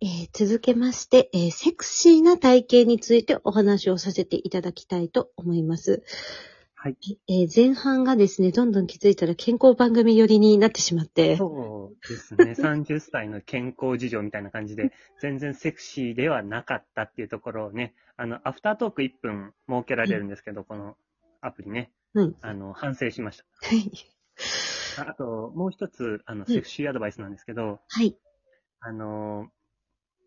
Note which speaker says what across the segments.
Speaker 1: えー続けまして、えーセクシーな体型についてお話をさせていただきたいと思います。
Speaker 2: はい。
Speaker 1: えー前半がですね、どんどん気づいたら健康番組寄りになってしまって、
Speaker 2: そうです ね。30歳の健康事情みたいな感じで、全然セクシーではなかったっていうところをね、あの、アフタートーク1分設けられるんですけど、このアプリね、
Speaker 1: うん。
Speaker 2: あの、反省しまし
Speaker 1: はい。
Speaker 2: た。ああと、もう一つ、あの、
Speaker 1: うん
Speaker 2: セクシーアドバイスなんですけど、
Speaker 1: はい。
Speaker 2: あの、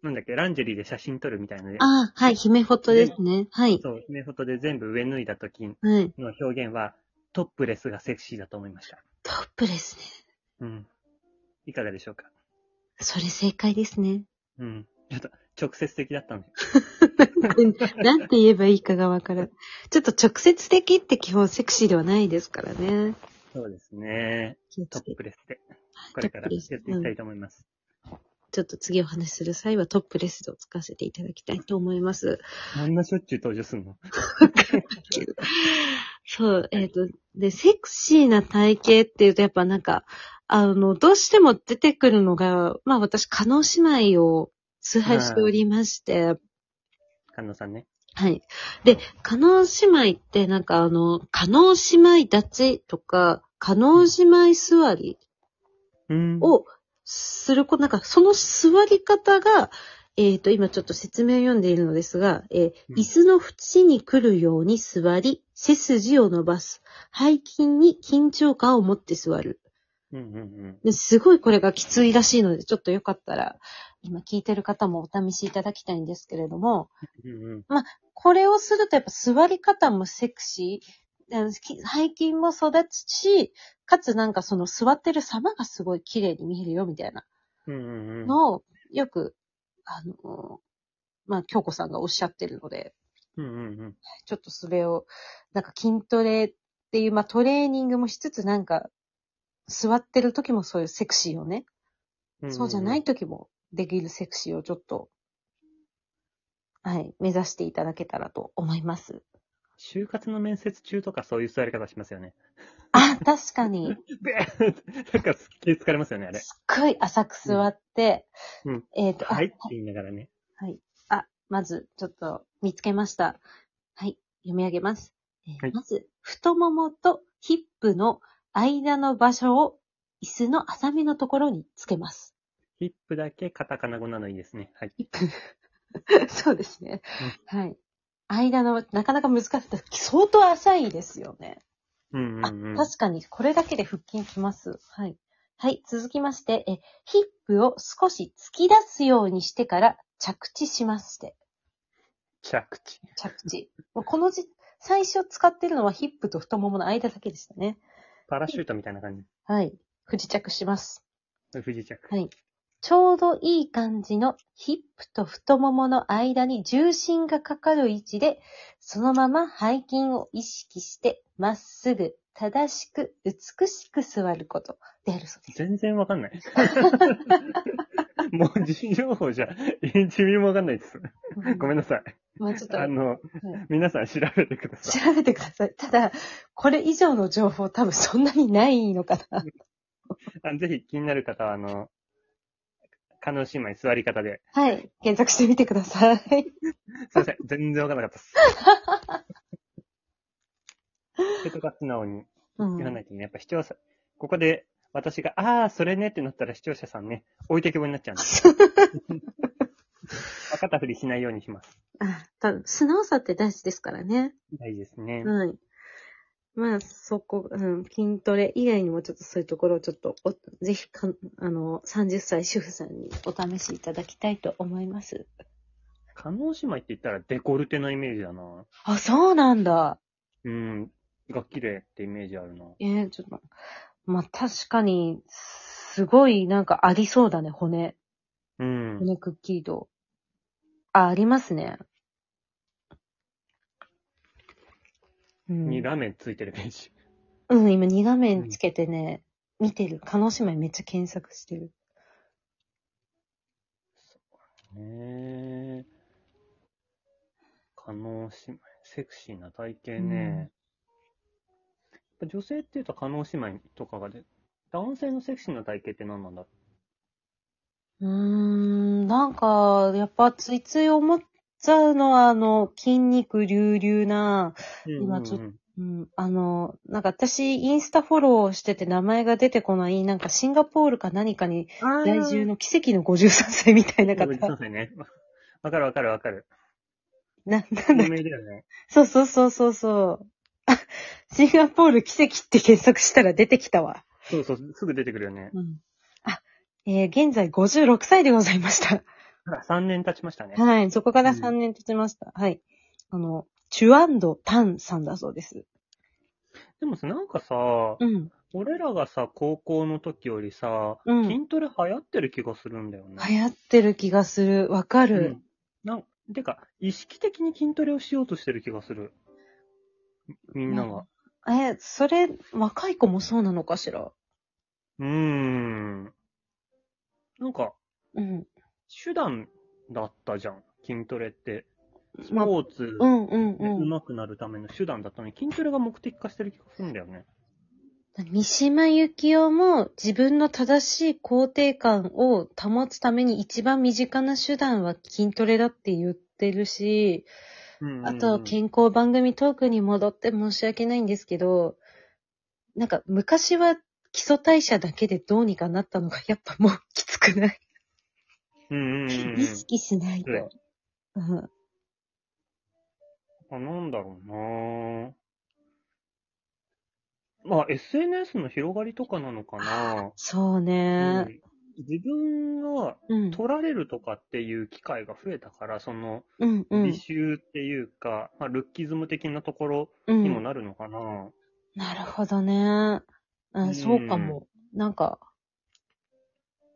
Speaker 2: なんだっけ、ランジェリーで写真撮るみたいので、
Speaker 1: ああ、はい、姫フォトですね。はい。
Speaker 2: そう、姫フォトで全部上脱いだ時
Speaker 1: はい。
Speaker 2: の表現は、トップレスがセクシーだと思いました。
Speaker 1: トップですね。
Speaker 2: うん。いかがでしょうか
Speaker 1: それ正解ですね。
Speaker 2: うん。ちょっと、直接的だったので。
Speaker 1: なんて言えばいいかがわからん。ちょっと直接的って基本セクシーではないですからね。
Speaker 2: そうですね。
Speaker 1: 気を
Speaker 2: ト
Speaker 1: つけ
Speaker 2: ッ
Speaker 1: て
Speaker 2: プレスで、これからやっていきたいと思います。
Speaker 1: ちょっと次お話しする際はトップレスを使わせていただきたいと思います。
Speaker 2: あんなしょっちゅう登場するの
Speaker 1: そう、えっ、と、で、セクシーな体型っていうとやっぱなんか、あの、どうしても出てくるのが、まあ私、加納姉妹を崇拝しておりまして、
Speaker 2: 菅野さんね。
Speaker 1: はい。で、加納姉妹ってなんかあの、加納姉妹立ちとか、加納姉妹座り
Speaker 2: うん。
Speaker 1: をすること、なんかその座り方が、えっ、と、今ちょっと説明を読んでいるのですが、えー
Speaker 2: うん
Speaker 1: 椅子の縁に来るように座り、背筋を伸ばす。背筋に緊張感を持って座る。
Speaker 2: うんうんうん。
Speaker 1: ですごいこれがきついらしいので、ちょっとよかったら、今聞いてる方もお試しいただきたいんですけれども、
Speaker 2: うんうん。
Speaker 1: これをするとやっぱ座り方もセクシー、あのき背筋も育つし、かつなんかその座ってる様がすごい綺麗に見えるよみたいな
Speaker 2: うんうんうん。
Speaker 1: のを、よく、あの、まあ、京子さんがおっしゃってるので、
Speaker 2: うんうんうん。
Speaker 1: ちょっとそれを、なんか筋トレっていう、まあ、トレーニングもしつつなんか、座ってる時もそういうセクシーをね、
Speaker 2: うん
Speaker 1: そうじゃない。時もできるセクシーをちょっと、はい、目指していただけたらと思います。
Speaker 2: 就活の面接中とかそういう座り方しますよね。
Speaker 1: あ、確か に。
Speaker 2: で、なんかすっげえ疲れますよね、あれ。
Speaker 1: すっごい浅く座って、
Speaker 2: うんうん
Speaker 1: えっ、と、あ
Speaker 2: はいって言いながらね。
Speaker 1: あ、まず、ちょっと見つけました。はい、読み上げます。えー
Speaker 2: はい
Speaker 1: まず、太ももとヒップの間の場所を椅子の浅めのところにつけ ます。
Speaker 2: ヒップだけカタカナ語なのいいですね。はい。
Speaker 1: ヒップそうですね。はい。間の、なかなか難しい。相当浅いですよね。
Speaker 2: うんうん
Speaker 1: あ、
Speaker 2: うん。
Speaker 1: 確かに、これだけで腹筋きます。はい。はい、続きまして、え、ヒップを少し突き出すようにしてから着地しまして。
Speaker 2: 着地。
Speaker 1: 着地。もうこのじ、最初使ってるのはヒップと太ももの間だけでしたね。
Speaker 2: パラシュートみたいな感
Speaker 1: はい。不時着します。
Speaker 2: じ。不時着。
Speaker 1: はい。ちょうどいい感じのヒップと太ももの間に重心がかかる位置で、そのまま背筋を意識して、まっすぐ、正しく、美しく座ることであるそうです。
Speaker 2: 全然わかんない。 もう人情報じゃ、一ミリもわかんないです。ごめんなさい。
Speaker 1: まあちょっと、
Speaker 2: あの、
Speaker 1: い
Speaker 2: 皆さん調べてください。
Speaker 1: 調べてください。ただ、これ以上の情報多分そんなにないのかな。
Speaker 2: あぜひ気になる方は、あの、カノ姉妹座り方 で。
Speaker 1: はい。検索してみてください。
Speaker 2: すいません。全然わかんなかったです。 それとか素直に
Speaker 1: うん
Speaker 2: 言わないとね、やっぱ視聴者、ここで私が、ああ、それねってなったら視聴者さんね、置いてけぼりになっちゃうんです。 分かったふりしないようにします。
Speaker 1: あ多分素直さって大事ですからね。
Speaker 2: 大事ですね。
Speaker 1: はい。まあ、そこ、うん、筋トレ以外にもちょっとそういうところをちょっとお、ぜひか、あの、30歳主婦さんにお試しいただきたいと思います。
Speaker 2: カノ姉妹って言ったらデコルテのイメージだな。
Speaker 1: あ、そうなんだ。
Speaker 2: うん。が綺麗ってイメージあるな。
Speaker 1: えー、ちょっと、まあ、確かに、すごい、なんかありそうだね、骨。
Speaker 2: うん。
Speaker 1: 骨くっきりと。あ、ありますね。うん、
Speaker 2: にラメついてるページ。
Speaker 1: うん、今2画面つけてね、見てる。叶姉妹めっちゃ検索してる。
Speaker 2: ねえ。可能姉妹。セクシーな体型ね。やっぱ女性って言うと可能姉妹とかがで、男性のセクシーな体型って何なんだろ
Speaker 1: うーん、なんか、やっぱついつい思っちゃうのは、あの、筋肉隆々な、今ちょっと
Speaker 2: うん
Speaker 1: うん、あの、なんか私、インスタフォローしてて名前が出てこない、なんかシンガポールか何かに
Speaker 2: うん、
Speaker 1: 在住の奇跡の53歳みたいな方
Speaker 2: 方。ごめ。んなさいね。 わかるわかるわかる。
Speaker 1: な、なんだ
Speaker 2: 有名だよね。
Speaker 1: そうそうそうそうそう。 あ、シンガポール奇跡って検索したら出てきたわ。
Speaker 2: そうそう、すぐ出てくるよね。
Speaker 1: うん。あ、えー現在56歳でございました。
Speaker 2: あら、3年経ちましたね。
Speaker 1: はい。そこから
Speaker 2: うん
Speaker 1: 3年経ちました。はい。あの、チュアンド・タンさんだそうです。
Speaker 2: でもさ、なんかさ、
Speaker 1: うん。
Speaker 2: 俺らがさ、高校の時よりさ、
Speaker 1: うん
Speaker 2: 筋トレ流行ってる気がするんだよね。
Speaker 1: 流行ってる気がする。わか
Speaker 2: う
Speaker 1: る。
Speaker 2: んなんてか、意識的に筋トレをしようとしてる気がする。みみんなが。
Speaker 1: え、それ、若い子もそうなのかしら
Speaker 2: うーん。なんか、
Speaker 1: うん。
Speaker 2: 手段だったじゃん。筋トレって。ス
Speaker 1: まあ
Speaker 2: ポーツ、
Speaker 1: うんうん
Speaker 2: で
Speaker 1: うん。
Speaker 2: 上手くなるための手段だったのに、筋トレが目的化してる気がするんだよね。
Speaker 1: 三島由紀夫も自分の正しい肯定感を保つために一番身近な手段は筋トレだって言ってるし、
Speaker 2: うんうんうん
Speaker 1: あと健康番組トークに戻って申し訳ないんですけど、なんか昔は基礎代謝だけでどうにかなったのがやっぱもうきつくない。
Speaker 2: うんうんうんうん
Speaker 1: 意識しないと。うん
Speaker 2: あ、なんだろうなまあ、SNS の広がりとかなのかな、
Speaker 1: そうね
Speaker 2: う。ん自分が
Speaker 1: うん。
Speaker 2: 取られるとかっていう機会が増えたから、その、
Speaker 1: うんう
Speaker 2: 美
Speaker 1: ん。
Speaker 2: 醜っていうか、まあ、ルッキズム的なところ
Speaker 1: う
Speaker 2: にも
Speaker 1: ん。
Speaker 2: なるのかな、
Speaker 1: なるほどね。う
Speaker 2: うん
Speaker 1: ん、そうかも。なんか、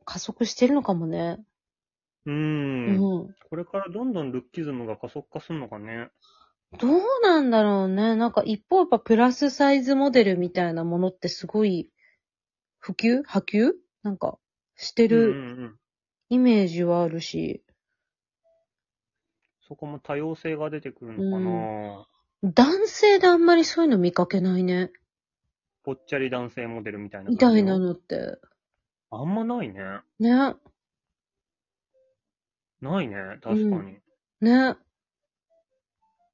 Speaker 1: 加速してるのかもね。う
Speaker 2: う、
Speaker 1: んん。
Speaker 2: これからどんどんルッキズムが加速化するのかね。
Speaker 1: どうなんだろうね。なんか一方やっぱプラスサイズモデルみたいなものってすごい普及波及なんかして
Speaker 2: うん
Speaker 1: る
Speaker 2: うんうん。
Speaker 1: イメージはあるし、
Speaker 2: そこも多様性が出てくるのかな、
Speaker 1: 男性であんまりそういうの見かけないね。
Speaker 2: ぽっちゃり男性モデルみたいな。
Speaker 1: みたいな。のって。
Speaker 2: あんまないね。
Speaker 1: ね。
Speaker 2: ないね、確かに。
Speaker 1: ね。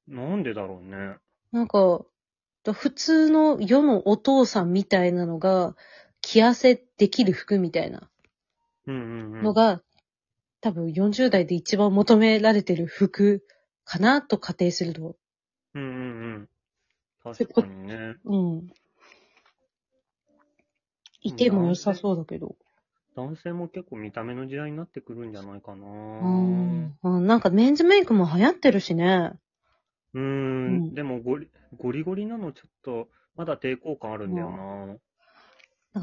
Speaker 2: なんでだろうね。
Speaker 1: なんか、普通の世のお父さんみたいなのが着痩せできる服みたいな
Speaker 2: うんうんうん。
Speaker 1: のが、多分40代で一番求められてる服かなと仮定すると。
Speaker 2: うんうんうん。
Speaker 1: そ
Speaker 2: 確
Speaker 1: れこ
Speaker 2: かにね。
Speaker 1: うん。いても良さそうだけど。
Speaker 2: 男性も結構見た目の時代になってくるんじゃないかな。
Speaker 1: う
Speaker 2: うん
Speaker 1: ん。うんなんかメンズメイクも流行ってるしね。
Speaker 2: ー
Speaker 1: うん
Speaker 2: ん。でもゴリ、ゴリゴリなのちょっと、まだ抵抗感あるんだよな。
Speaker 1: なんか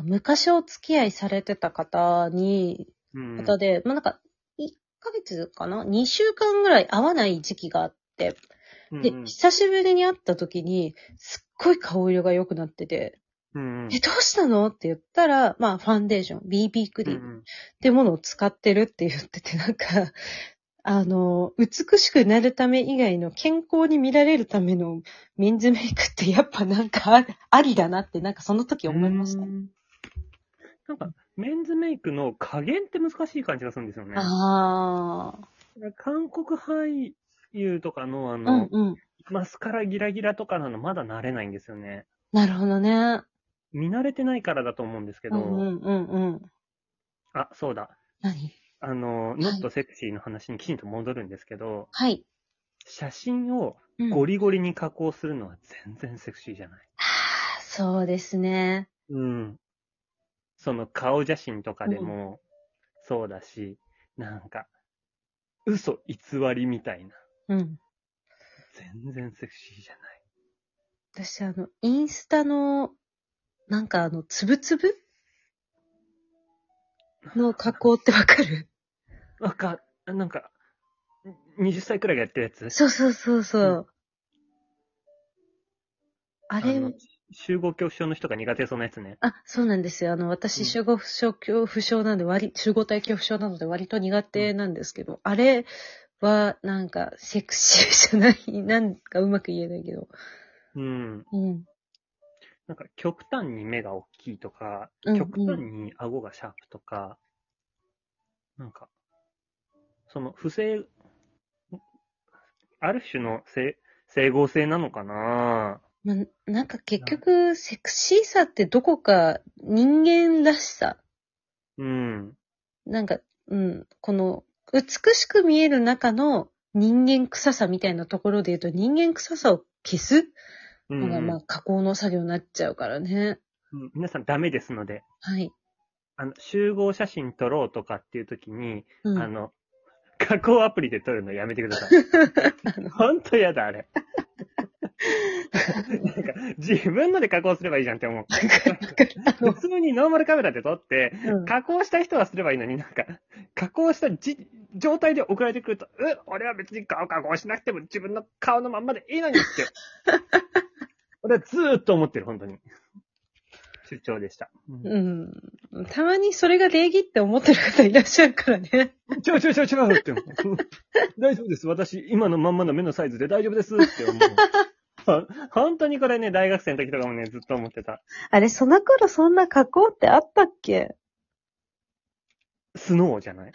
Speaker 1: 昔お付き合いされてた方に、
Speaker 2: うん。
Speaker 1: 方で、まあ、なんか、1ヶ月かな ?2 週間ぐらい会わない時期があって、
Speaker 2: うん
Speaker 1: で、久しぶりに会った時に、すっごい顔色が良くなってて、
Speaker 2: うんうん
Speaker 1: え、どうしたのって言ったら、まあ、ファンデーション、BB ク
Speaker 2: う
Speaker 1: リーム。
Speaker 2: ん
Speaker 1: ってものを使ってるって言ってて、なんか、 あの、美しくなるため以外の健康に見られるためのメンズメイクってやっぱなんかあありだなって、なんかその時思いました。
Speaker 2: うんなんか、メンズメイクの加減って難しい感じがするんですよね。
Speaker 1: ああ。
Speaker 2: 韓国俳優とかの、あ
Speaker 1: う
Speaker 2: の、
Speaker 1: んうん。
Speaker 2: マスカラギラギラとかなのまだ慣れないんですよね。
Speaker 1: なるほどね。
Speaker 2: 見慣れてないからだと思うんですけ
Speaker 1: う
Speaker 2: ど、
Speaker 1: んうんうんうん。
Speaker 2: あ、そうだ。
Speaker 1: 何
Speaker 2: あの、ノットセクシーの話にきちんと戻るんですけど、
Speaker 1: はい。
Speaker 2: 写真を
Speaker 1: うん
Speaker 2: ゴリゴリに加工するのは全然セクシーじゃない。
Speaker 1: あーそうですね。
Speaker 2: うん。その顔写真とかでも、そうだし、なんか、嘘偽りみたいな。
Speaker 1: うん。
Speaker 2: 全然セクシーじゃない。
Speaker 1: 私あの、インスタの、なんかあの、つぶつぶの加工ってわかる
Speaker 2: わか、なんか、20歳くらいがやってるやつ
Speaker 1: そうそうそうそう。あ
Speaker 2: あ
Speaker 1: れ
Speaker 2: の集合恐怖症の人が苦手そうなやつね。
Speaker 1: あ、そうなんですよ。あの、
Speaker 2: う
Speaker 1: 私、
Speaker 2: ん
Speaker 1: 集合恐怖症なんで、割り、集合体恐怖症なので割と苦手なんですけど、あれは、なんか、セクシーじゃない、なんかうまく言えないけど。
Speaker 2: うん。
Speaker 1: うん。
Speaker 2: なんか極端に目が大きいとか
Speaker 1: うんう、ん
Speaker 2: 極端に顎がシャープとか、なんか、その不正、ある種の整整合性なのかな
Speaker 1: まあ、なんか結局、セクシーさってどこか人間らしさ。
Speaker 2: うん。
Speaker 1: なんか、うん、この、美しく見える中の人間臭さみたいなところで言うと、人間臭さを消す
Speaker 2: う
Speaker 1: のが、
Speaker 2: ん
Speaker 1: まあ、加工の作業になっちゃうからね。
Speaker 2: うん皆さんダメですので、
Speaker 1: はい。
Speaker 2: あの、集合写真撮ろうとかっていう時に、
Speaker 1: うん。
Speaker 2: あの、加工アプリで撮るのやめてくだ さい。ほんとやだ、あれ。なんか、自分ので加工すればいいじゃんって思う。
Speaker 1: の
Speaker 2: 普通にノーマルカメラで撮って、
Speaker 1: うん
Speaker 2: 加工した人はすればいいのになんか、加工したじ状態で送られてくると、う俺は別に顔加工しなくても自分の顔のまんまでい いのにって。俺はずーっと思ってる、本当に。出張でした。うん
Speaker 1: うん。たまにそれが礼儀って思ってる方いらっしゃるからね。
Speaker 2: 違う違う違う違うって思う。大丈夫です。私、今のまんまの目のサイズで大丈夫ですって思う。ほ本当にこれね、大学生の時とかもね、ずっと思ってた。
Speaker 1: あれ、その頃そんな加工ってあったっけ
Speaker 2: スノーじゃない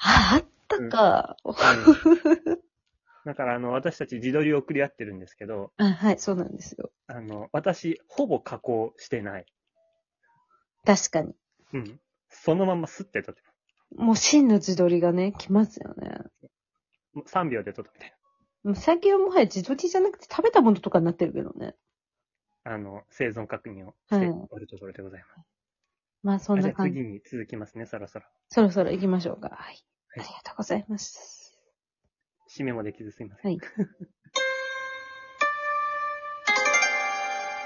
Speaker 1: あ、あったか。
Speaker 2: うんだから、あの、私たち自撮りを送り合ってるんですけど、
Speaker 1: あはい、そうなんですよ。
Speaker 2: あの、私、ほぼ加工してない。
Speaker 1: 確かに。
Speaker 2: うん。そのままスッて撮って
Speaker 1: もう真の自撮りがね、来ますよね。
Speaker 2: もう3秒で撮ったみたい
Speaker 1: もう最近はもはや自撮りじゃなくて食べたものとかになってるけどね。
Speaker 2: な。あの、生存確認をして
Speaker 1: うん
Speaker 2: おるところでございます。
Speaker 1: まあそん
Speaker 2: あじ
Speaker 1: な
Speaker 2: ゃあ
Speaker 1: 感じ。
Speaker 2: 次に続きますね、そろそろ。
Speaker 1: そろそろ行きましょうか。はい。あ
Speaker 2: はい
Speaker 1: りがとうございます。
Speaker 2: 締めもできずすいませ
Speaker 1: は
Speaker 2: ん。
Speaker 1: い